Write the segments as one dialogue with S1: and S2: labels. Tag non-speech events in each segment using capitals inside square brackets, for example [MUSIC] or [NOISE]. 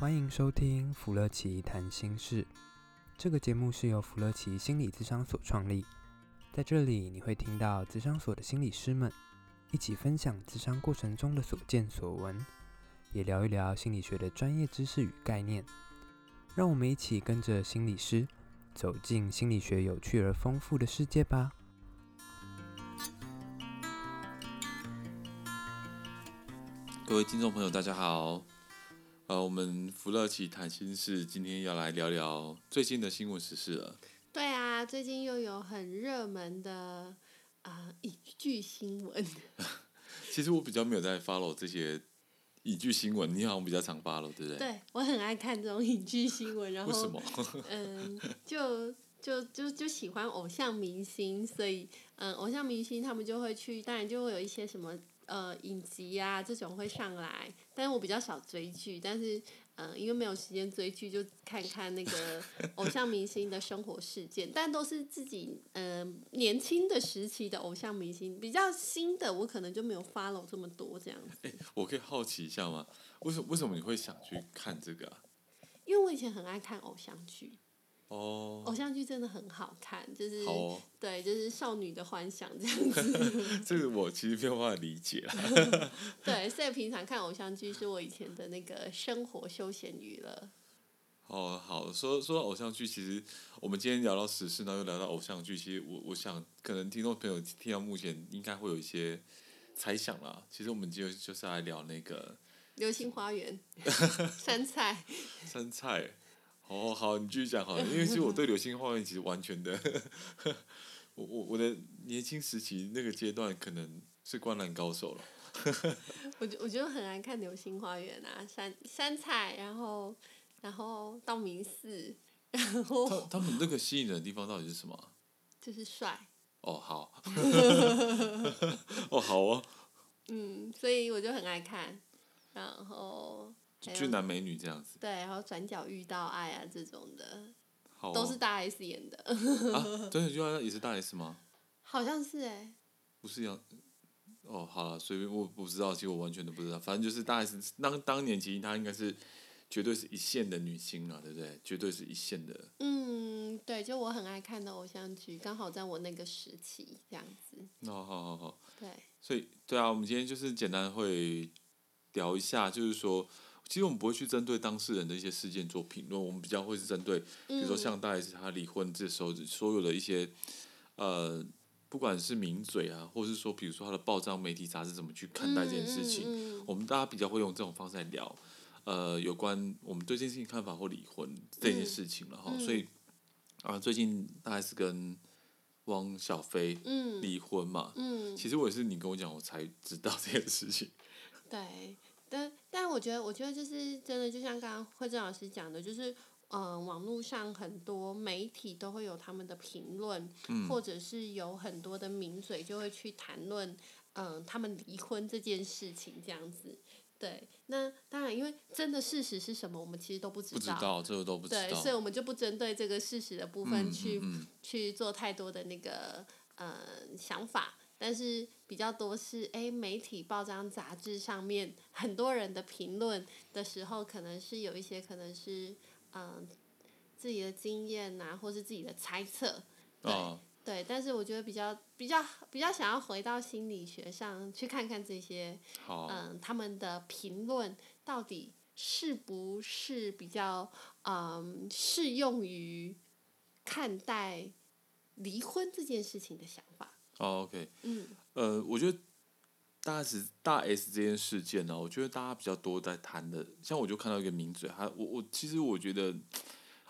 S1: 欢迎收听福乐奇谈心事。这个节目是由福乐奇心理咨商所创立，在这里你会听到咨商所的心理师们一起分享咨商过程中的所见所闻，也聊一聊心理学的专业知识与概念。让我们一起跟着心理师走进心理学有趣而丰富的世界吧。
S2: 各位听众朋友，大家好。呃，我们福乐奇谈心事今天要来聊聊最近的新闻时事了。
S3: 对啊，最近又有很热门的啊、影剧新闻， [LAUGHS]
S2: 其实我比较没有在 follow 这些影剧新闻，你好像比较常 follow，对不对？
S3: 对我很爱看这种影剧新闻，然
S2: 为什
S3: 后
S2: 么？ [LAUGHS]
S3: 嗯，就就就就喜欢偶像明星，所以嗯，偶像明星他们就会去，当然就会有一些什么呃影集啊这种会上来，但是我比较少追剧，但是嗯，因为没有时间追剧，就看看那
S2: [LAUGHS]
S3: 个偶像明星的生活事件，但都是自己嗯年轻的时期的偶像明星，比较新的我可能就没有 follow 这么多这样子。
S2: 我可以好奇一下吗？为什为什么你会想去看这个啊？
S3: 因为我以前很爱看偶像剧，
S2: 哦、
S3: 偶像剧真的很好看，就是、
S2: 好哦，
S3: 对，就是少女的幻想这样子。 [LAUGHS]
S2: 这个我其实没有办法理解啦。
S3: 对，所以平常看偶像剧是我以前的那个生活休闲娱乐。
S2: 哦，好，说说到偶像剧，其实我们今天聊到时事，然后又聊到偶像剧，其实我我想，可能听众朋友听到目前应该会有一些猜想啦。其实我们今天就是来聊那个
S3: 流星花园、 [LAUGHS] 杉菜，
S2: 生菜。哦，好，你继续讲好了，因为其实我对流星花园其实完全的， [LAUGHS] 我我我的年轻时期那个阶段可能是灌篮高手了。
S3: 我就我就很爱看流星花园啊，杉杉菜，然后然后道明寺，然
S2: 他
S3: 后
S2: 他们那个吸引人的地方到底是什么啊？
S3: 就是帅，
S2: 哦，
S3: [LAUGHS]
S2: 好， [LAUGHS] 哦，好哦，
S3: 嗯，所以我就很爱看。然后还有
S2: 俊男美女这样子，
S3: 对，然后转角遇到爱啊这种的，
S2: 好、哦，
S3: 都是大 S 演的， [LAUGHS]
S2: 啊，真的就要也是大 S 吗？
S3: 好像是哎、
S2: 不是杨，哦，好了，随便，我不知道，其实我完全都不知道，反正就是大 S 当当年其实她应该是绝对是一线的女星了，对不对？绝对是一线的。
S3: 嗯，对，就我很爱看的偶像剧，刚好在我那个时期这样子。
S2: 那、哦、好好好，
S3: 对，
S2: 所以对啊，我们今天就是简单会聊一下，就是说。其实我们不会去针对当事人的一些事件做评论，我们比较会是针对，比
S3: 嗯
S2: 如说像大 S 她离婚这时候所有的一些，呃，不管是名嘴啊，或是说比如说她的报章媒体杂志怎么去看待这件事情，
S3: 嗯嗯嗯
S2: 我们大家比较会用这种方式来聊，呃，有关我们对这件事情看法或离婚这件事情
S3: 嗯
S2: 了哈、所以啊、最近大 S 跟汪小菲
S3: 嗯
S2: 离婚嘛，
S3: 嗯，
S2: 其实我也是你跟我讲，我才知道这件事情。
S3: 对，但但我觉得，我觉得就是真的，就像刚刚慧珍老师讲的，就是呃，网络上很多媒体都会有他们的评论，
S2: 嗯
S3: 或者是有很多的名嘴就会去谈论，嗯、他们离婚这件事情这样子。对，那当然，因为真的事实是什么，我们其实都不知
S2: 不知道，这个都不知
S3: 对，
S2: 道
S3: 所以。我们就不针对这个事实的部分去、
S2: 嗯嗯
S3: 去做太多的那个呃想法，但是比较多是哎媒体、报章、杂志上面很多人的评论的时候，可能是有一些可能是嗯、呃自己的经验呐、或是自己的猜测，对
S2: 啊，
S3: 对，但是我觉得比较比较比较想要回到心理学上去看看这些
S2: 好，
S3: 嗯，他们的评论到底是不是比较嗯适用于看待离婚这件事情的想法？
S2: 哦，OK，
S3: 嗯
S2: 呃，我觉得大 S 大 S 这件事件呢、我觉得大家比较多在谈的，像我就看到一个名嘴，他我我其实我觉得，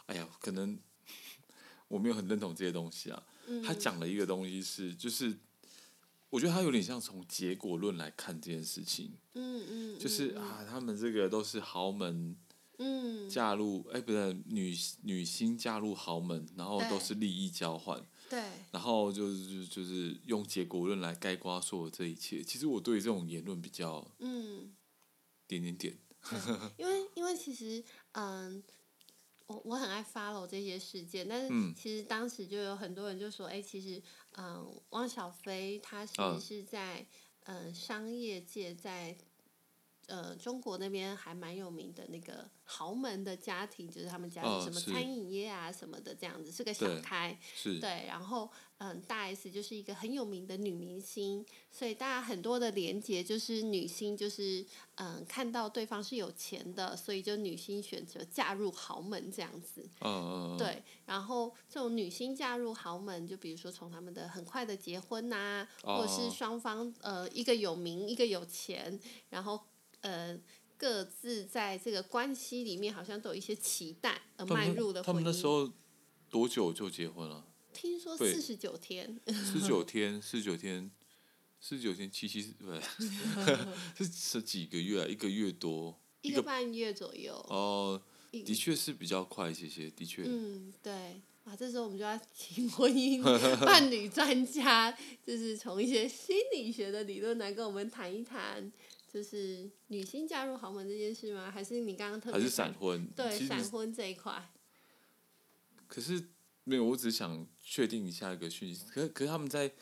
S2: 哎呀，可能我没有很认同这些东西啊。
S3: 嗯
S2: 他讲了一个东西是，就是我觉得他有点像从结果论来看这件事情，
S3: 嗯嗯，
S2: 就是啊，他们这个都是豪门
S3: 嗯，
S2: 嫁入，哎、不是女女星嫁入豪门，然后
S3: 对
S2: 都是利益交换。
S3: 对，
S2: 然后就是就是用结果论来概括所有这一切。其实我对于这种言论比较
S3: 嗯，
S2: 点点点，
S3: 因为因为其实嗯。我我很爱 follow 这些事件，但
S2: 嗯
S3: 是其实当时就有很多人就说，哎、其实，嗯，汪小菲他其
S2: 嗯
S3: 实是在，嗯、商业界在呃中国那边还蛮有名的那个豪门的家庭，就是他们家
S2: 哦
S3: 有什么
S2: 是
S3: 餐饮业啊什么的这样子，是个小
S2: 对
S3: 开。
S2: 是，
S3: 对，然后嗯，大 S 就是一个很有名的女明星，所以大家很多的连结就是女星，就是嗯看到对方是有钱的，所以就女星选择嫁入豪门这样子。
S2: 嗯嗯，嗯，
S3: 对，然后这种女星嫁入豪门，就比如说从他们的很快的结婚呐、或者
S2: 哦
S3: 是双方呃一个有名一个有钱，然后呃各自在这个关系里面好像都有一些期待，而
S2: 他
S3: 迈
S2: 们
S3: 入了
S2: 他
S3: 婚
S2: 们那时
S3: 姻。
S2: 候多久就结婚
S3: [LAUGHS]
S2: 了？
S3: 听说
S2: 对
S3: 四十九天，
S2: 十九天，十九天，十九天七七不是 [LAUGHS] 是是几个月啊？一个月多
S3: 一
S2: 个
S3: 个半月左右。
S2: 哦，
S3: 一
S2: 的确是比较快一些些，的确，
S3: 嗯，对。啊，这时候我们就要请婚姻
S2: [LAUGHS]
S3: 伴侣专家，就是从一些心理学的理论来跟我们谈一谈，就是女性嫁入豪门这件事吗？还是你刚刚特
S2: 还
S3: 别
S2: 是闪
S3: 谈
S2: 婚。
S3: 对
S2: 其实
S3: 闪婚这一块？
S2: 可是没有，我只是想确定一下一个讯息。可可是他们在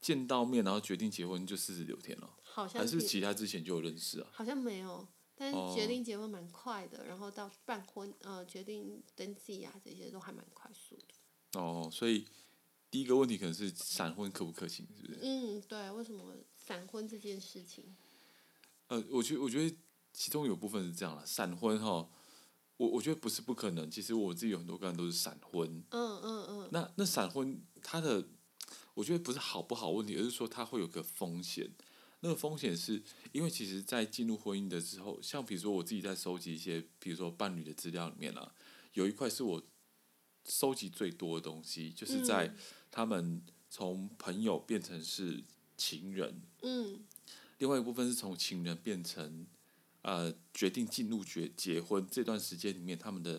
S2: 见到面，然后决定结婚就四十九天了，
S3: 好像
S2: 还是
S3: 是
S2: 其他之前就有认识啊？
S3: 好像没有，但是
S2: 哦
S3: 决定结婚蛮快的，然后到办婚呃决定登记啊这些都还蛮快速的。
S2: 哦，所以第一个问题可能是闪婚可不可行，是不是？
S3: 嗯，对，为什么闪婚这件事情？
S2: 呃，我觉我觉得其中有部分是这样了，闪婚哈，我我觉得不是不可能。其实我自己有很多个人都是闪婚，
S3: 嗯嗯嗯，
S2: 那那闪婚它的，我觉得不是好不好问题，而是说它会有个风险。那个风险是因为其实，在进入婚姻的时候，像比如说我自己在收集一些，比如说伴侣的资料里面啊，有一块是我收集最多的东西，就是在
S3: 嗯
S2: 他们从朋友变成是情人，
S3: 嗯
S2: 另外一部分是从情人变成呃决定进入结结婚这段时间里面，他们的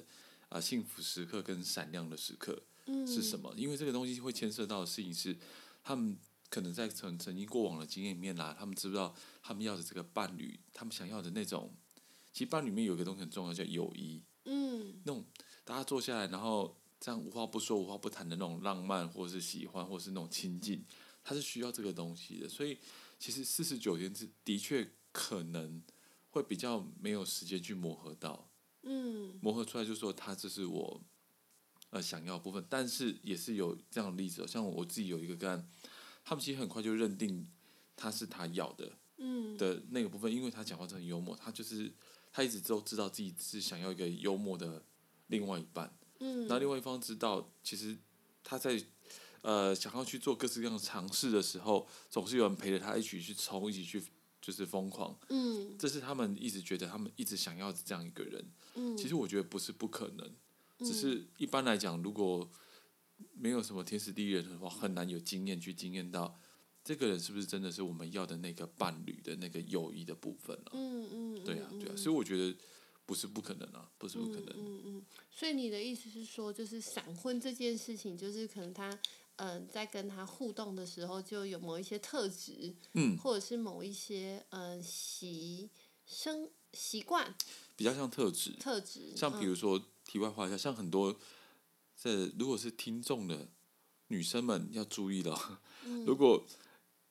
S2: 啊、呃幸福时刻跟闪亮的时刻
S3: 嗯，
S2: 是什？么？因为这个东西会牵涉到的事情是，他们可能在曾曾经过往的经验里面啦，他们知不知道他们要的这个伴侣，他们想要的那种。其实伴侣里面有一个东西很重要，叫友谊。
S3: 嗯
S2: 那种大家坐下来，然后这样无话不说、无话不谈的那种浪漫，或是喜欢，或是那种亲近，它是需要这个东西的。所以其实四十九天是的确可能会比较没有时间去磨合到，
S3: 嗯。
S2: 磨合出来就说他这是我呃想要的部分，但是也是有这样的例子哦，像我自己有一个个案，他们其实很快就认定他是他要的，
S3: 嗯
S2: 的那个部分，因为他讲话真的很幽默，他就是他一直都知道自己是想要一个幽默的另外一半，
S3: 嗯，
S2: 那、另外一方知道，其实他在呃想要去做各式各样的尝试的时候，总是有人陪着他一起去冲，一起去就是疯狂，
S3: 嗯
S2: 这是他们一直觉得他们一直想要这样一个人。
S3: 嗯，
S2: 其实我觉得不是不可能，
S3: 嗯
S2: 只是一般来讲，如果没有什么天时地利人和的话，很难有经验去经验到这个人是不是真的是我们要的那个伴侣的那个友谊的部分啊。
S3: 嗯嗯，
S2: 对啊，对啊，所以我觉得不是不可能啊，不是不可
S3: 嗯
S2: 能。
S3: 嗯嗯，所以你的意思是说，就是闪婚这件事情，就是可能他嗯、呃在跟他互动的时候，就有某一些特质，
S2: 嗯，
S3: 或者是某一些嗯、呃习生习惯
S2: 比较像特质，
S3: 特质，
S2: 像比
S3: 嗯
S2: 如说题外话一下，像很多这如果是听众的女生们要注意了哦，
S3: 嗯
S2: 如果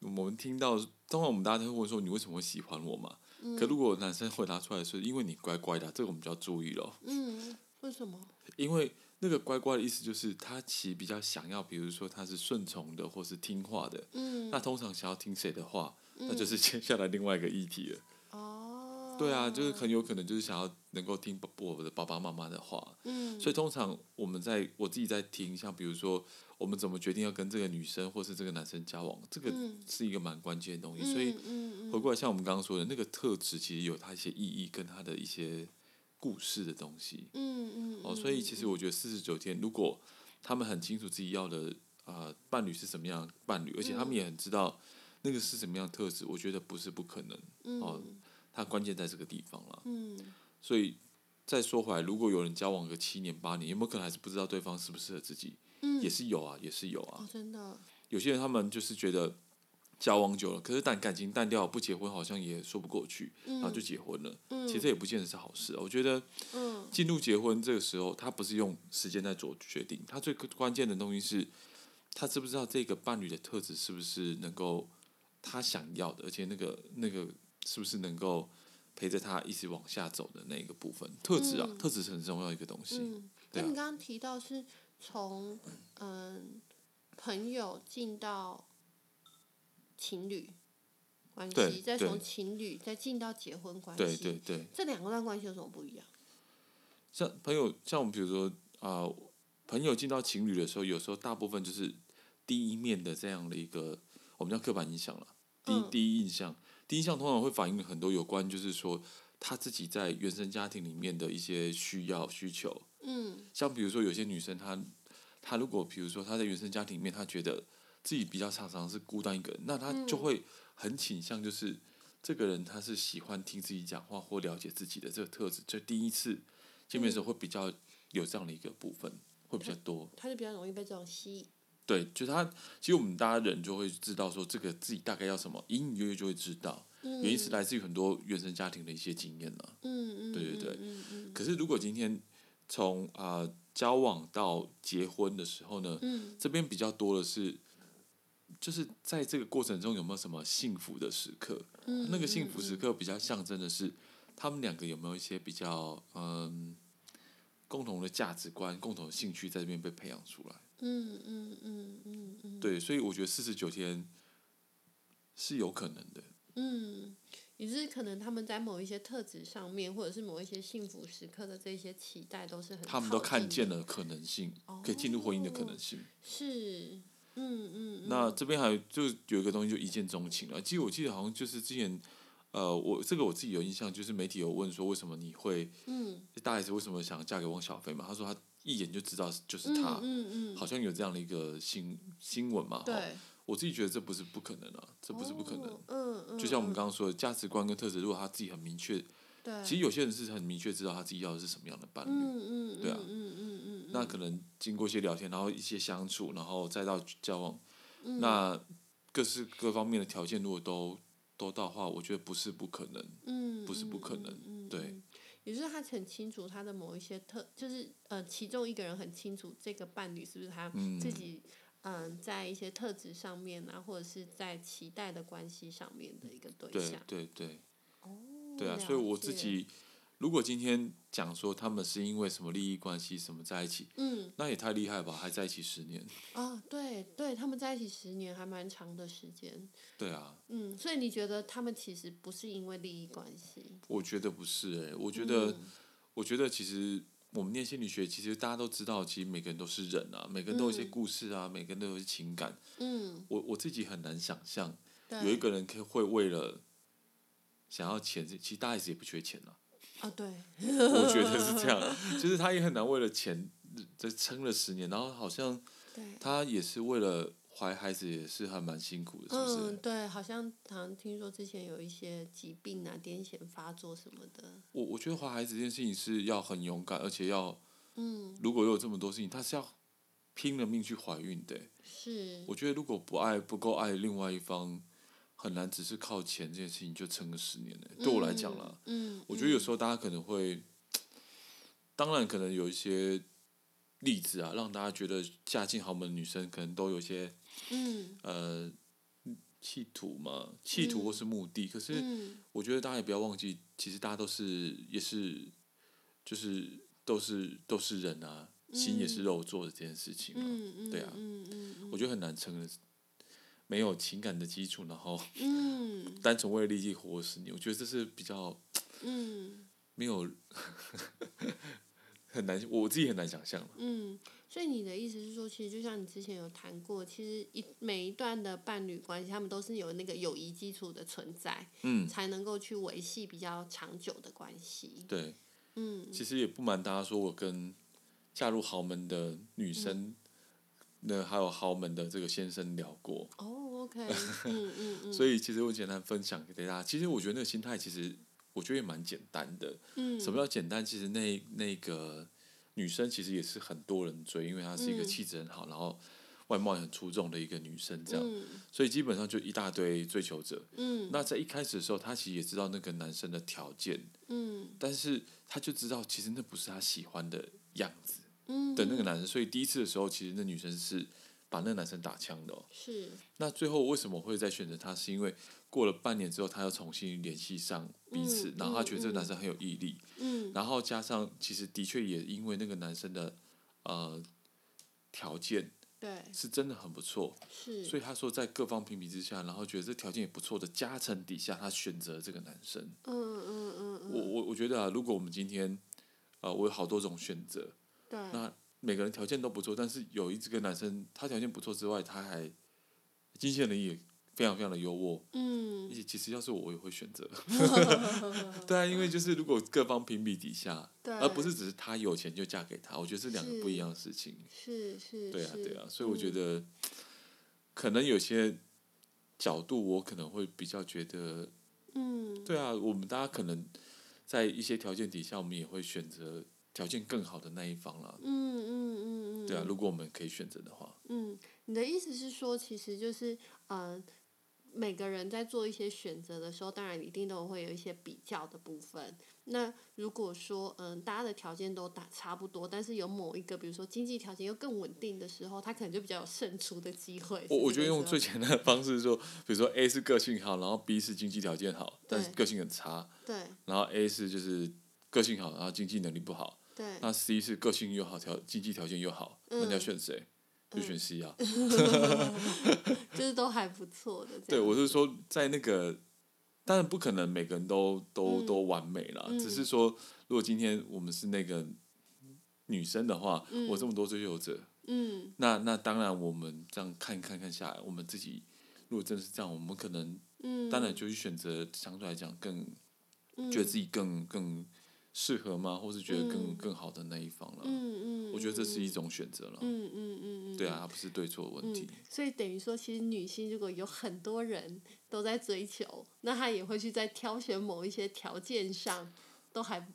S2: 我们听到，当然我们大家都会问说你为什么会喜欢我嘛？
S3: 嗯
S2: 可如果男生回答出来是因为你乖乖的啊，这个我们就要注意了，
S3: 嗯，为什么？
S2: 因为那个乖乖的意思就是他其实比较想要，比如说他是顺从的或是听话的，
S3: 嗯，
S2: 那通常想要听谁的话，那就是 [LAUGHS] 接下来另外一个议题了。
S3: 哦，
S2: 对啊，就是很有可能就是想要能够听我的爸爸妈妈的话，
S3: 嗯，
S2: 所以通常我们在我自己在听，像比如说我们怎么决定要跟这个女生或是这个男生交往，这个
S3: 嗯
S2: 是一个蛮关键的东西。
S3: 嗯
S2: 所以
S3: 嗯嗯
S2: 回过来，像我们刚刚说的那个特质，其实有它一些意义跟它的一些故事的东西。
S3: 嗯嗯
S2: 哦，所以其实我觉得四十九天，如果他们很清楚自己要的啊、呃伴侣是什么样的伴侣，而且他
S3: 嗯
S2: 们也很知道那个是什么样的特质，我觉得不是不可能。哦，它关键在这个地方了。
S3: 嗯
S2: 所以再说回来，如果有人交往个七年八年，有没有可能还是不知道对方适不适合自己？
S3: 嗯
S2: 也是有啊，也是有啊
S3: 哦。真的
S2: 有些人他们就是觉得交往久了，可是但感情淡掉了，不结婚好像也说不过去，然后就结婚了。
S3: 嗯
S2: 其实这也不见得是好事啊。我觉得
S3: 嗯
S2: 进入结婚这个时候，他不是用时间在做决定，他最关键的东西是，他知不知道这个伴侣的特质是不是能够他想要的，而且那个那个是不是能够陪着他一起往下走的那个部分。特质啊，
S3: 嗯
S2: 特质是很重要一个东西。
S3: 嗯，那
S2: 对啊
S3: 你刚刚提到是从嗯朋友进到情侣关
S2: 对
S3: 系，再
S2: 对
S3: 从情侣再进到结婚关系，
S2: 对对对，
S3: 这两个段关系有什么不一样？
S2: 像朋友，像我们比如说啊、呃朋友进到情侣的时候，有时候大部分就是第一面的这样的一个，我们叫刻板印象了。第一、
S3: 嗯
S2: 第一印象，第一印象通常会反映很多有关，就是说他自己在原生家庭里面的一些需要需求。
S3: 嗯
S2: 像比如说有些女生她，她如果比如说她在原生家庭里面，她觉得自己比较常常是孤单一个人，那她就
S3: 嗯
S2: 会很倾向就是这个人他是喜欢听自己讲话或了解自己的这个特质，就第一次见面的时
S3: 嗯
S2: 候会比较有这样的一个部分，会比较多。
S3: 他就比较容易被这种吸引。
S2: 对，就他其实我们大家人就会知道说这个自己大概要什么，隐隐约约就会知道，
S3: 嗯
S2: 原因是来自于很多原生家庭的一些经验了、
S3: 嗯嗯，
S2: 对对对
S3: 嗯嗯
S2: 可是如果今天从啊、呃交往到结婚的时候呢，
S3: 嗯
S2: 这边比较多的是，就是在这个过程中有没有什么幸福的时刻？
S3: 嗯，
S2: 那个幸福时
S3: 是
S2: 刻比较象征的是他们两个有没有一些比较嗯共同的价值观、共同的兴趣在这边被培养出来。
S3: 嗯嗯嗯嗯嗯，
S2: 对，所以我觉得四十九天是有可能的。
S3: 嗯，也是可能他们在某一些特质上面，或者是某一些幸福时刻的这些期待，都是很
S2: 他们都
S3: 靠
S2: 看
S3: 近
S2: 见
S3: 的，
S2: 了可能性，可以进入婚姻的可能性。
S3: 是，嗯嗯，
S2: 那
S3: 嗯
S2: 这边还有就是有一个东西就一见钟情了。其实我记得好像就是之前，呃，我这个我自己有印象，就是媒体有问说为什么你会
S3: 嗯
S2: 大 S 为什么想嫁给汪小菲嘛？她说她一眼就知道就是
S3: 嗯
S2: 他，
S3: 嗯嗯，
S2: 好像有这样的一个新新闻嘛。哈
S3: 对，
S2: 我自己觉得这不是不可能啊，这不是不可能。
S3: 哦嗯嗯，
S2: 就像我们
S3: 嗯
S2: 刚刚说的，价值观跟特质，如果他自己很明确，
S3: 对，
S2: 其实有些人是很明确知道他自己要的是什么样的伴侣，
S3: 嗯嗯
S2: 对啊
S3: 嗯嗯嗯嗯，
S2: 那可能经过一些聊天，然后一些相处，然后再到交往，
S3: 嗯
S2: 那各式各方面的条件如果都都到的话，我觉得不是不可能。
S3: 嗯，
S2: 不是不可
S3: 嗯
S2: 能
S3: 嗯
S2: 对
S3: 嗯也就是他很清楚他的某一些特，就是呃，其中一个人很清楚这个伴侣是不是他
S2: 嗯
S3: 自己，嗯、在一些特质上面啊，或者是在期待的关系上面的一个对
S2: 对
S3: 象。
S2: 对对
S3: 哦，
S2: 对啊！
S3: 了
S2: 所以我自
S3: 解，
S2: 己，如果今天讲说他们是因为什么利益关系什么在一起，
S3: 嗯，
S2: 那也太厉害了吧，还在一起十年。
S3: 啊、对对，他们在一起十年还蛮长的时间，
S2: 对啊，
S3: 嗯，所以你觉得他们其实不是因为利益关系？
S2: 我觉得不是诶、我觉得、
S3: 嗯
S2: 我觉得其实我们念心理学，其实大家都知道，其实每个人都是人啊，每个人都有一些
S3: 嗯
S2: 故事啊，每个人都有一些情感。
S3: 嗯，
S2: 我我自己很难想象
S3: 对，
S2: 有一个人可以会为了想要钱，其实大 S 也不缺钱啊，
S3: 啊，对，
S2: 我觉得是这样，
S3: [LAUGHS]
S2: 就是他也很难为了钱这撑了十年，然后好像
S3: 对，
S2: 他也是为了怀孩子也是还蛮辛苦的，是不是？
S3: 嗯，对，好像好像听说之前有一些疾病啊，癫痫发作什么的。
S2: 我我觉得怀孩子这件事情是要很勇敢，而且要
S3: 嗯，
S2: 如果有这么多事情，他是要拼了命去怀孕的欸。
S3: 是
S2: 我觉得如果不爱不够爱另外一方，很难只是靠钱这件事情就撑个十年的欸。对我来讲啦。
S3: 嗯。嗯，
S2: 我觉得有
S3: 嗯
S2: 时候大家可能会，当然可能有一些例子啊，让大家觉得嫁进豪门的女生可能都有一些
S3: 嗯
S2: 呃企图嘛，企图或是目的。可是
S3: 嗯
S2: 我觉得大家也不要忘记，其实大家都是也是就是都是都是人啊，心也是肉做的这件事情嘛。
S3: 嗯嗯，
S2: 对啊
S3: 嗯嗯嗯
S2: 我觉得很难撑的，没有情感的基础，然后
S3: 嗯
S2: 单纯为了利益活死你，我觉得这是比较
S3: 嗯
S2: 没有 [LAUGHS] 很难，我自己很难想象。
S3: 嗯，所以你的意思是说，其实就像你之前有谈过，其实一每一段的伴侣关系，他们都是有那个友谊基础的存在，
S2: 嗯，
S3: 才能够去维系比较长久的关系。
S2: 对，
S3: 嗯
S2: 其实也不瞒大家说，我跟嫁入豪门的女生，那还有豪门的这个先生聊过，
S3: 哦，OK，
S2: [LAUGHS]
S3: 嗯嗯嗯，
S2: 所
S3: 以
S2: 以其实我简单分享给大家。其实我觉得那个心态，其实我觉得也蛮简单的。
S3: 嗯，
S2: 什么叫简单？其实那那个女生其实也是很多人追，因为她是一个
S3: 嗯
S2: 气质很好，然后外貌也很出众的一个女生，这样，
S3: 嗯
S2: 所以基本上就一大堆追求者。
S3: 嗯
S2: 那在一开始的时候，她其实也知道那个男生的条件，
S3: 嗯
S2: 但是她就知道其实那不是她喜欢的样子
S3: 嗯
S2: 的那个男生，所以第一次的时候，其实那女生是把那个男生打枪的、哦。
S3: 是
S2: 那最后为什么会再选择他？是因为过了半年之后，他又重新联系上彼此，
S3: 嗯
S2: 然后他
S3: 嗯
S2: 觉得这个
S3: 嗯
S2: 男生很有毅力，
S3: 嗯
S2: 然后加上其实的确也因为那个男生的呃条件
S3: 对
S2: 是真的很不错，
S3: 是
S2: 所以他说在各方评比之下，然后觉得这条件也不错的加成底下，他选择这个男生。
S3: 嗯嗯嗯
S2: 我
S3: 嗯
S2: 我我觉得啊，如果我们今天呃我有好多种选择，
S3: 对
S2: 那每个人条件都不错，但是有一这个男生，他条件不错之外，他还经济能力也非常非常的优渥。
S3: 嗯
S2: 而且其实要是我，我也会选
S3: [LAUGHS]
S2: 择。 [LAUGHS] 对啊，因为就是如果各方评比底下，
S3: 对
S2: 而不是只是他有钱就嫁给他，我觉得是两个不一样的事情。
S3: 是是
S2: 对啊，
S3: 是
S2: 对啊，所以我觉
S3: 嗯
S2: 得、可能有些角度，我可能会比较觉得，
S3: 嗯
S2: 对啊，我们大家可能在一些条件底下，我们也会选择条件更好的那一方啦。
S3: 嗯嗯嗯嗯
S2: 对啊，
S3: 嗯
S2: 如果我们可以选择的话，
S3: 嗯，你的意思是说，其实就是呃，每个人在做一些选择的时候，当然一定都会有一些比较的部分。那如果说嗯、大家的条件都打差不多，但是有某一个，比如说经济条件又更稳定的时候，他可能就比较有胜出的机会。
S2: 我
S3: 是
S2: 我
S3: 这
S2: 觉得
S3: 个
S2: 用
S3: 意思
S2: 最
S3: 吗
S2: 简单的方式说，比如说 A 是个性好，然后 B 是经济条件好，但是
S3: 对
S2: 个性很差，
S3: 对
S2: 然后 A 是就是个性好，然后经济能力不好，
S3: 对
S2: 那 C 是个性又好，条经济条件又好，那你要
S3: 嗯
S2: 选谁？就选 C 啊。
S3: 就是都还不错的这样。
S2: 对，我是说在那个，当然不可能每个人都都、
S3: 嗯
S2: 都完美啦，
S3: 嗯
S2: 只是说如果今天我们是那个女生的话，
S3: 嗯
S2: 我这么多追求者，
S3: 嗯
S2: 那那当然我们这样看看看下来，我们自己如果真的是这样，我们可能
S3: 嗯，
S2: 当然就去选择相对来讲更
S3: 嗯
S2: 觉得自己更更适合吗？或是觉得更
S3: 嗯
S2: 更好的那一方了。
S3: 嗯嗯，
S2: 我觉得这是一
S3: 嗯
S2: 种选择了。
S3: 嗯嗯嗯嗯，
S2: 对啊，它不是对错问题啊
S3: 嗯。，所以等于说，其实女性如果有很多人都在追求，那她也会去在挑选某一些条件上都还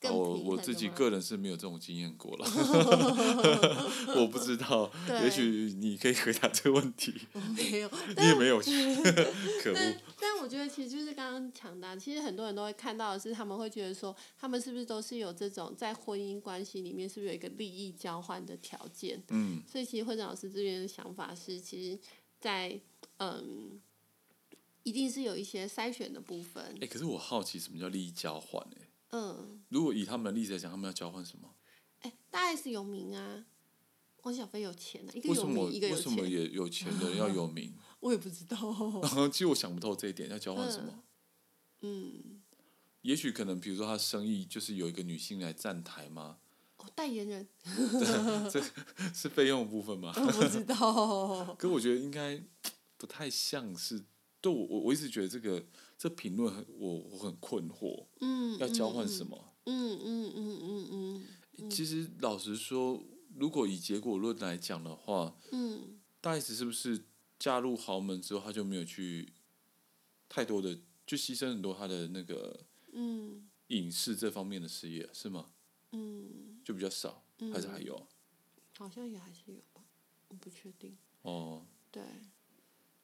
S3: 更
S2: 啊我
S3: 平衡
S2: 我
S3: 的
S2: 自己
S3: 吗
S2: 个人是没有这种经验
S3: [LAUGHS]
S2: 过了，我不知道，
S3: 对
S2: 也许你可以回答这个问
S3: [LAUGHS]
S2: 题，
S3: 我没有，
S2: [LAUGHS] 你也没有去，
S3: [LAUGHS]
S2: 可恶
S3: 但。但我觉得其实就是刚刚强大，其实很多人都会看到的是，他们会觉得说，他们是不是都是有这种在婚姻关系里面是不是有一个利益交换的条件？
S2: 嗯，
S3: 所以其实会长老师这边的想法是，其实在嗯，一定是有一些筛选的部分
S2: 哎、，可是我好奇什么叫利益交换、欸？
S3: 嗯。
S2: 如果以他们的例子来讲，他们要交换什么？
S3: 哎，大 S 有名啊，汪小菲有钱啊，一个
S2: 为什
S3: 有
S2: 么
S3: 名，一个
S2: 为
S3: 有
S2: 什么
S3: 钱，
S2: 也有钱的人要有名？ [LAUGHS]
S3: 我也不知道。 [LAUGHS]
S2: 其实我想不透这一点，要交换什么？
S3: 嗯嗯，
S2: 也许可能，比如说他生意就是有一个女性来站台吗？ [LAUGHS]
S3: 哦，代言人，
S2: 是费用的部分吗？
S3: 我不知道。 [LAUGHS]
S2: 可我觉得应该不太像是，对我我我一直觉得这个这评论很我我很困惑，
S3: 嗯，
S2: 要交换
S3: 嗯
S2: 什？么？
S3: 嗯嗯嗯嗯嗯
S2: 其实老实说，如果以结果论来讲的话，
S3: 嗯
S2: 大 S 是不是嫁入豪门之后，她就没有去太多的就牺牲很多她的那个
S3: 嗯
S2: 影视这方面的事业是吗？
S3: 嗯嗯，
S2: 就比较少，还是还有？
S3: 好像也还是有吧，我不确定。
S2: 哦，
S3: 对，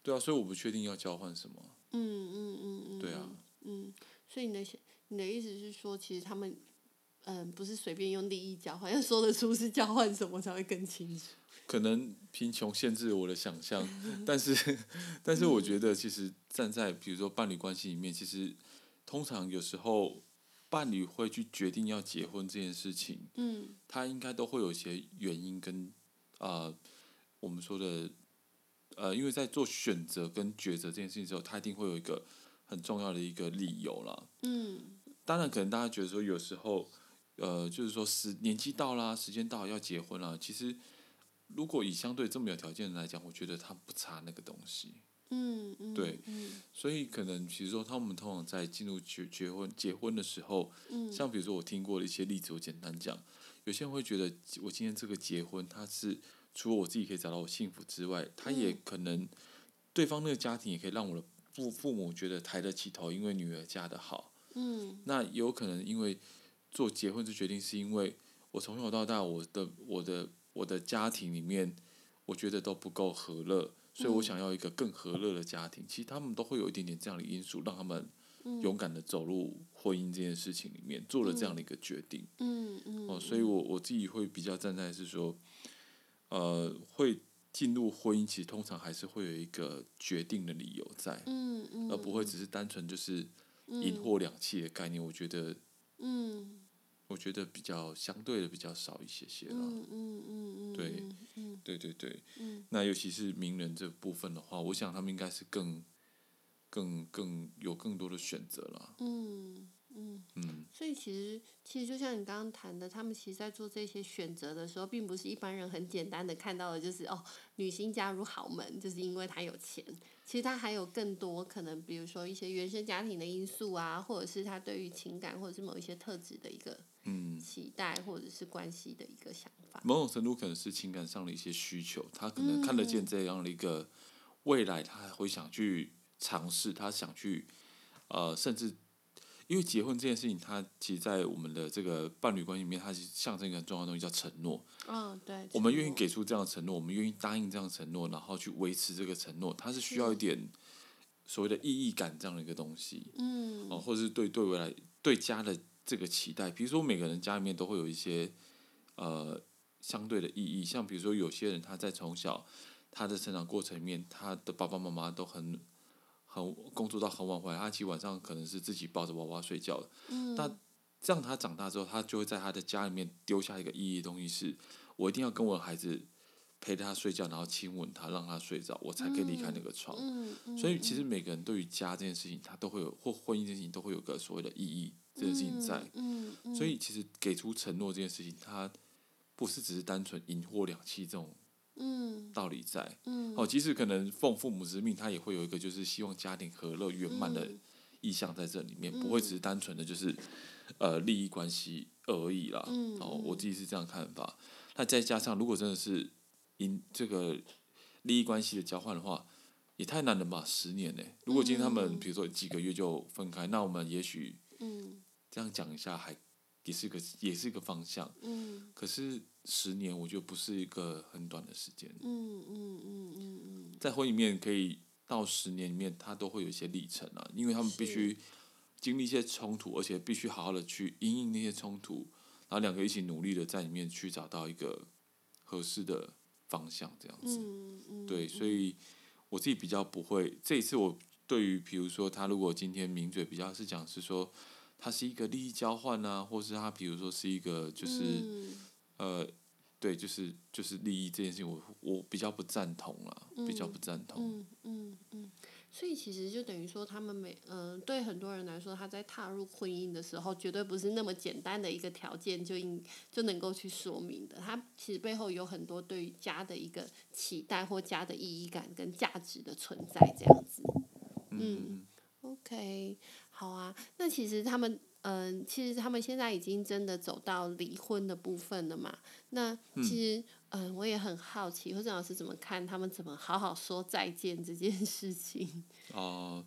S2: 对啊，所以我不确定要交换什么。
S3: 嗯嗯嗯嗯，
S2: 对啊，
S3: 嗯，所以你的想你的意思是说，其实他们。嗯，不是随便用利益交换，要说得出是交换什么才会更清楚。
S2: 可能贫穷限制了我的想象，但是，但是我觉得其实站在比如说伴侣关系里面，其实通常有时候伴侣会去决定要结婚这件事情，
S3: 嗯
S2: 他应该都会有一些原因跟呃我们说的呃，因为在做选择跟抉择这件事情之后，他一定会有一个很重要的一个理由啦。
S3: 嗯
S2: 当然，可能大家觉得说有时候，呃，就是说时年纪到啦，时间到了要结婚啦。其实，如果以相对这么有条件的来讲，我觉得他不差那个东西。
S3: 嗯嗯，
S2: 对
S3: 嗯，
S2: 所以可能其实说，他们通常在进入结结婚结婚的时候，
S3: 嗯
S2: 像比如说我听过的一些例子，我简单讲，有些人会觉得我今天这个结婚，它是除了我自己可以找到我幸福之外，他也可能对方那个家庭也可以让我的父父母觉得抬得起头，因为女儿嫁得好。
S3: 嗯
S2: 那也有可能因为做结婚这决定，是因为我从小到大，我的我的我的家庭里面，我觉得都不够和乐，所以我
S3: 嗯
S2: 想要一个更和乐的家庭。其实他们都会有一点点这样的因素，让他们
S3: 嗯
S2: 勇敢的走入婚姻这件事情里面，做了这样的一个决定。哦
S3: 嗯嗯
S2: 哦，所以我我自己会比较站在是说，呃，会进入婚姻，其实通常还是会有一个决定的理由在，
S3: 嗯嗯，
S2: 而不会只是单纯就是银
S3: 嗯
S2: 货两气的概念。我觉得，
S3: 嗯
S2: 我觉得比较相对的比较少一些些啦。
S3: 嗯嗯嗯嗯，
S2: 对
S3: 嗯嗯
S2: 对对对，
S3: 嗯
S2: 那尤其是名人这部分的话，我想他们应该是更、更、更有更多的选择啦。
S3: 嗯嗯，
S2: 嗯，
S3: 所以其实其实就像你刚刚谈的，他们其实在做这些选择的时候，并不是一般人很简单的看到的，就是哦，女星嫁入豪门就是因为她有钱。其实她还有更多可能，比如说一些原生家庭的因素啊，或者是她对于情感或者是某一些特质的一个
S2: 嗯，
S3: 期待，或者是关系的一个想法。
S2: 某种程度可能是情感上的一些需求，他可能看得
S3: 嗯
S2: 见这样的一个未来，他会想去尝试，他想去呃，甚至因为结婚这件事情，它其实，在我们的这个伴侣关系里面，它是象征一个很重要的东西，叫承诺。
S3: 嗯、对。
S2: 我们
S3: 承
S2: 愿意
S3: 诺
S2: 给出这样的承诺，我们愿意答应这样的承诺，然后去维持这个承诺，它是需要一点所谓的意义感这样的一个东西。
S3: 嗯
S2: 哦，或者是对对未来对家的这个期待，比如说每个人家里面都会有一些呃相对的意义，像比如说有些人他在从小他的成长过程里面，他的爸爸妈妈都很很工作到很晚回来，他其实晚上可能是自己抱着娃娃睡觉的，
S3: 嗯
S2: 那这样他长大之后，他就会在他的家里面丢下一个意义的东西是，我一定要跟我的孩子陪着他睡觉，然后亲吻他，让他睡着，我才可以离开那个床。
S3: 嗯嗯，
S2: 所以其实
S3: 嗯
S2: 每个人对于家这件事情，他都会有或婚姻这件事情都会有个所谓的意义这件事情在。
S3: 嗯，嗯
S2: 所以其实给出承诺这件事情，它不是只是单纯银货两讫这种
S3: 嗯
S2: 道理在。
S3: 嗯
S2: 哦，即使可能奉父母之命，他也会有一个就是希望家庭和乐圆满的
S3: 嗯
S2: 意向在这里面，
S3: 嗯
S2: 不会只是单纯的就是呃利益关系而已啦。
S3: 嗯
S2: 哦，
S3: 嗯
S2: 我自己是这样看法。那再加上如果真的是因这个利益关系的交换的话，也太难了吧，十年呢、如果今天他们
S3: 嗯
S2: 比如说几个月就分开，那我们也许
S3: 嗯
S2: 这样讲一下还。也是个也是个方向，
S3: 嗯
S2: 可是十年我觉得不是一个很短的时间。
S3: 嗯嗯嗯嗯
S2: 在婚姻里面可以到十年里面，他都会有一些历程啊，因为他们必须经历一些冲突，而且必须好好的去因应那些冲突，然后两个一起努力的在里面去找到一个合适的方向，这样
S3: 嗯
S2: 子。
S3: 嗯嗯，
S2: 对，所以我自己比较不会。这一次我对于，比如说他如果今天名嘴比较是讲是说，他是一个利益交换啊，或是他比如说是一个就是。
S3: 嗯
S2: 呃，对，就是就是利益这件事情我，我比较不赞同啦，比较
S3: 嗯
S2: 不赞同。
S3: 嗯嗯嗯，所以其实就等于说，他们每嗯、对很多人来说，他在踏入婚姻的时候，绝对不是那么简单的一个条件就应就能够去说明的。他其实背后有很多对于家的一个期待或家的意义感跟价值的存在，这样子。
S2: 嗯
S3: OK，好啊。那其实他们，嗯，其实他们现在已经真的走到离婚的部分了嘛？那其实，嗯，我也很好奇，或者老师怎么看他们怎么好好说再见这件事情？ [LAUGHS]
S2: 哦、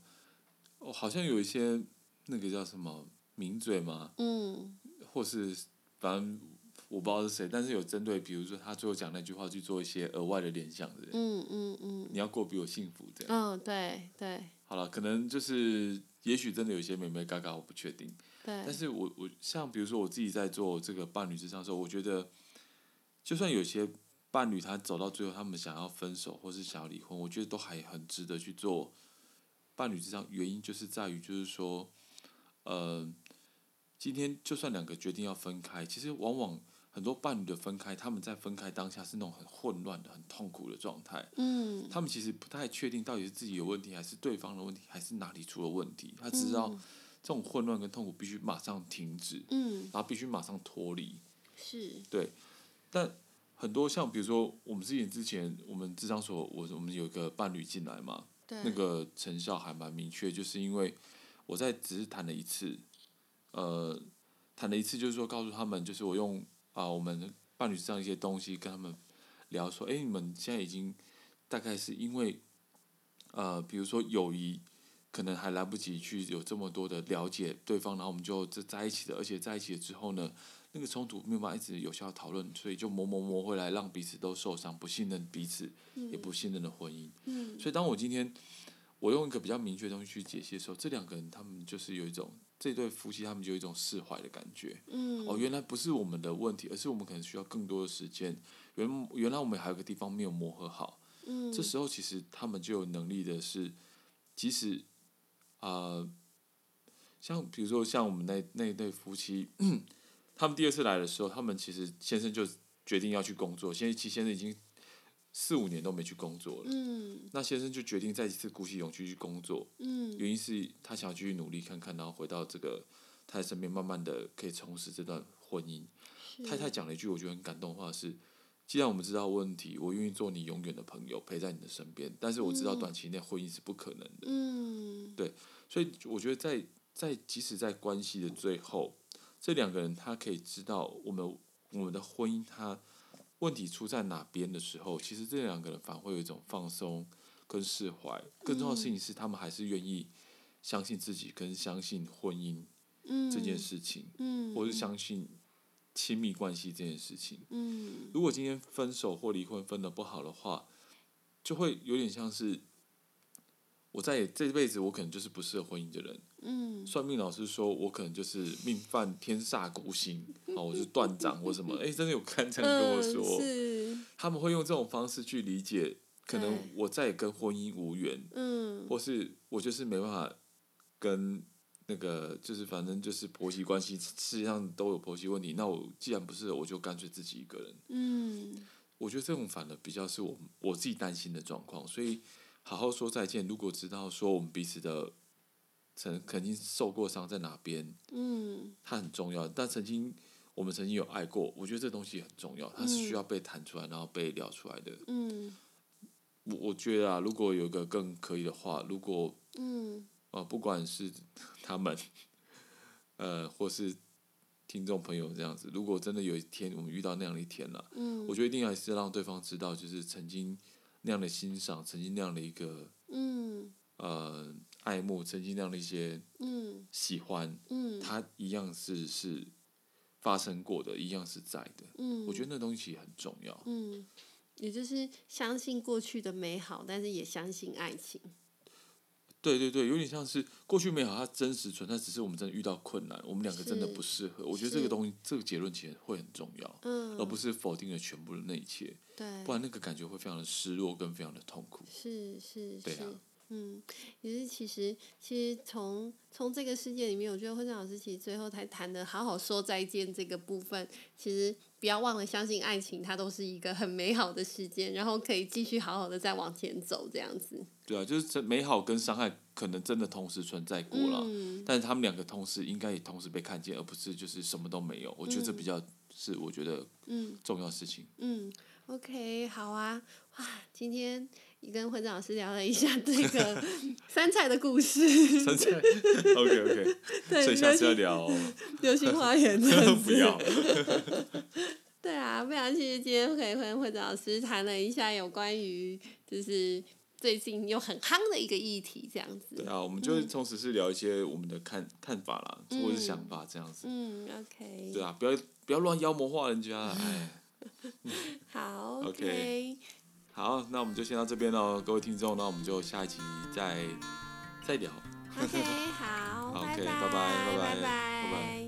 S2: 哦，好像有一些那个叫什么名嘴嘛，
S3: 嗯
S2: 或是反正我不知道是谁，但是有针对，比如说他最后讲那句话去做一些额外的联想的。
S3: 嗯嗯嗯，
S2: 你要过比我幸福这样。
S3: 嗯，对对
S2: 好了，可能就是，也许真的有一些美美嘎嘎，我不确定。
S3: 对，
S2: 但是我我像比如说我自己在做这个伴侣之上的时候，我觉得，就算有些伴侣他走到最后，他们想要分手或是想要离婚，我觉得都还很值得去做伴侣之上。原因就是在于就是说，呃，今天就算两个决定要分开，其实往往很多伴侣的分开，他们在分开当下是那种很混乱的、很痛苦的状态。
S3: 嗯
S2: 他们其实不太确定到底是自己有问题，还是对方的问题，还是哪里出了问题。他只知道
S3: 嗯
S2: 这种混乱跟痛苦必须马上停止，
S3: 嗯
S2: 然后必须马上脱离。
S3: 是，
S2: 对，但很多像比如说我们之前之前我们智商所，我我们有一个伴侣进来嘛，
S3: 对
S2: 那个成效还蛮明确，就是因为我在只是谈了一次，呃，谈了一次就是说告诉他们，就是我用啊、我们伴侣上一些东西跟他们聊说，哎，你们现在已经大概是因为呃，比如说友谊。可能还来不及去有这么多的了解对方，然后我们就这在一起的，而且在一起了之后呢，那个冲突没有办法一直有效地讨论，所以就磨磨磨回来，让彼此都受伤，不信任彼此，也不信任的婚姻。
S3: 嗯
S2: 所以当我今天我用一个比较明确的东西去解析的时候，这两个人他们就是有一种这对夫妻他们就有一种释怀的感觉。
S3: 嗯，
S2: 哦，原来不是我们的问题，而是我们可能需要更多的时间。原原来我们还有个地方没有磨合好，
S3: 嗯，
S2: 这时候其实他们就有能力的是，即使啊、呃像比如说像我们那那一对夫妻， [CLEARS THROAT] 他们第二次来的时候，他们其实先生就决定要去工作，现在其实先生已经四五年都没去工作了。
S3: 嗯
S2: 那先生就决定再一次鼓起勇气去工作，
S3: 嗯
S2: 原因是他想要继续努力看看，然后回到这个太太身边，慢慢的可以重拾这段婚姻。
S3: 是
S2: 太太讲了一句我觉得很感动的话是：既然我们知道问题，我愿意做你永远的朋友，陪在你的身边。但是我知道
S3: 嗯
S2: 短期内婚姻是不可能的，
S3: 嗯
S2: 所以我觉得在在即使在关系的最后，这两个人他可以知道我们我们的婚姻它问题出在哪边的时候，其实这两个人反而会有一种放松跟释怀。更重要的事情是，他们还是愿意相信自己，跟相信婚姻
S3: 嗯
S2: 这件事情，
S3: 嗯，
S2: 或是相信亲密关系这件事情。
S3: 嗯
S2: 如果今天分手或离婚分的不好的话，就会有点像是我在这辈子我可能就是不适合婚姻的人。
S3: 嗯
S2: 算命老师说我可能就是命犯天煞孤星，啊，我是断掌或什么。哎、真的有看这样跟我说，
S3: 嗯是
S2: 他们会用这种方式去理解，可能
S3: 对
S2: 我再也跟婚姻无缘，
S3: 嗯
S2: 或是我就是没办法跟那个，就是反正就是婆媳关系，世界上都有婆媳问题。那我既然不适合，我就干脆自己一个人。
S3: 嗯
S2: 我觉得这种反而比较是我我自己担心的状况，所以好好说再见。如果知道说我们彼此的曾曾经受过伤在哪边，
S3: 嗯
S2: 它很重要。但曾经我们曾经有爱过，我觉得这东西很重要，它是需
S3: 嗯
S2: 要被谈出来，然后被聊出来的。
S3: 嗯
S2: 我我觉得啊，如果有一个更可以的话，如果
S3: 嗯
S2: 呃不管是他们，呃或是听众朋友这样子，如果真的有一天我们遇到那样的一天了、
S3: 嗯，
S2: 我觉得一定还是让对方知道，就是曾经那样的欣赏，曾经那样的一个
S3: 嗯
S2: 呃爱慕，曾经那样的一些
S3: 嗯
S2: 喜欢，
S3: 嗯，
S2: 它一样是是发生过的，一样是在的。
S3: 嗯，
S2: 我觉得那东西也很重要。
S3: 嗯，也就是相信过去的美好，但是也相信爱情。
S2: 对对对，有点像是过去美好，它真实存在，只是我们真的遇到困难，我们两个真的
S3: 是
S2: 不适合。我觉得这
S3: 是
S2: 个东西，这个结论其实会很重要，
S3: 嗯，
S2: 而不是否定了全部的那一切，
S3: 对
S2: 不，然那个感觉会非常的失落，跟非常的痛苦。
S3: 是是
S2: 对
S3: 是
S2: 啊，
S3: 嗯，也是其实其实从从这个事件里面，我觉得会长老师其实最后才谈的好好说再见这个部分，其实不要忘了相信爱情，它都是一个很美好的时间，然后可以继续好好的再往前走这样子。
S2: 对啊，就是这美好跟伤害可能真的同时存在过了，
S3: 嗯
S2: 但是他们两个同时应该也同时被看见，而不是就是什么都没有。我觉得这比较是我觉得
S3: 嗯。
S2: 重要的事情。
S3: 嗯，OK，好啊，哇，今天跟会长老师聊了一下这个
S2: [LAUGHS]
S3: 杉菜的故事，
S2: 真的 OK OK，所
S3: [LAUGHS] 对，
S2: 以下
S3: 流
S2: 次要
S3: 星
S2: 聊，
S3: 流星花园这 [LAUGHS] 样
S2: [LAUGHS] 不
S3: 子
S2: 要。
S3: 对啊，非常谢谢今天可以跟会长老师谈了一下有关于就是最近又很夯的一个议题这样
S2: 对
S3: 子。
S2: 啊，我们就是从实是聊一些我们的看看法啦，或者是想法这样子。
S3: 嗯，OK，
S2: 对啊，不要不要乱妖魔化人家啦，哎。
S3: 好
S2: OK 好，那我们就先到这边喽，各位听众，那我们就下一集再再聊。
S3: OK，
S2: [LAUGHS]
S3: 好，
S2: 好，OK，拜
S3: 拜
S2: 拜拜
S3: 拜
S2: 拜拜
S3: 拜。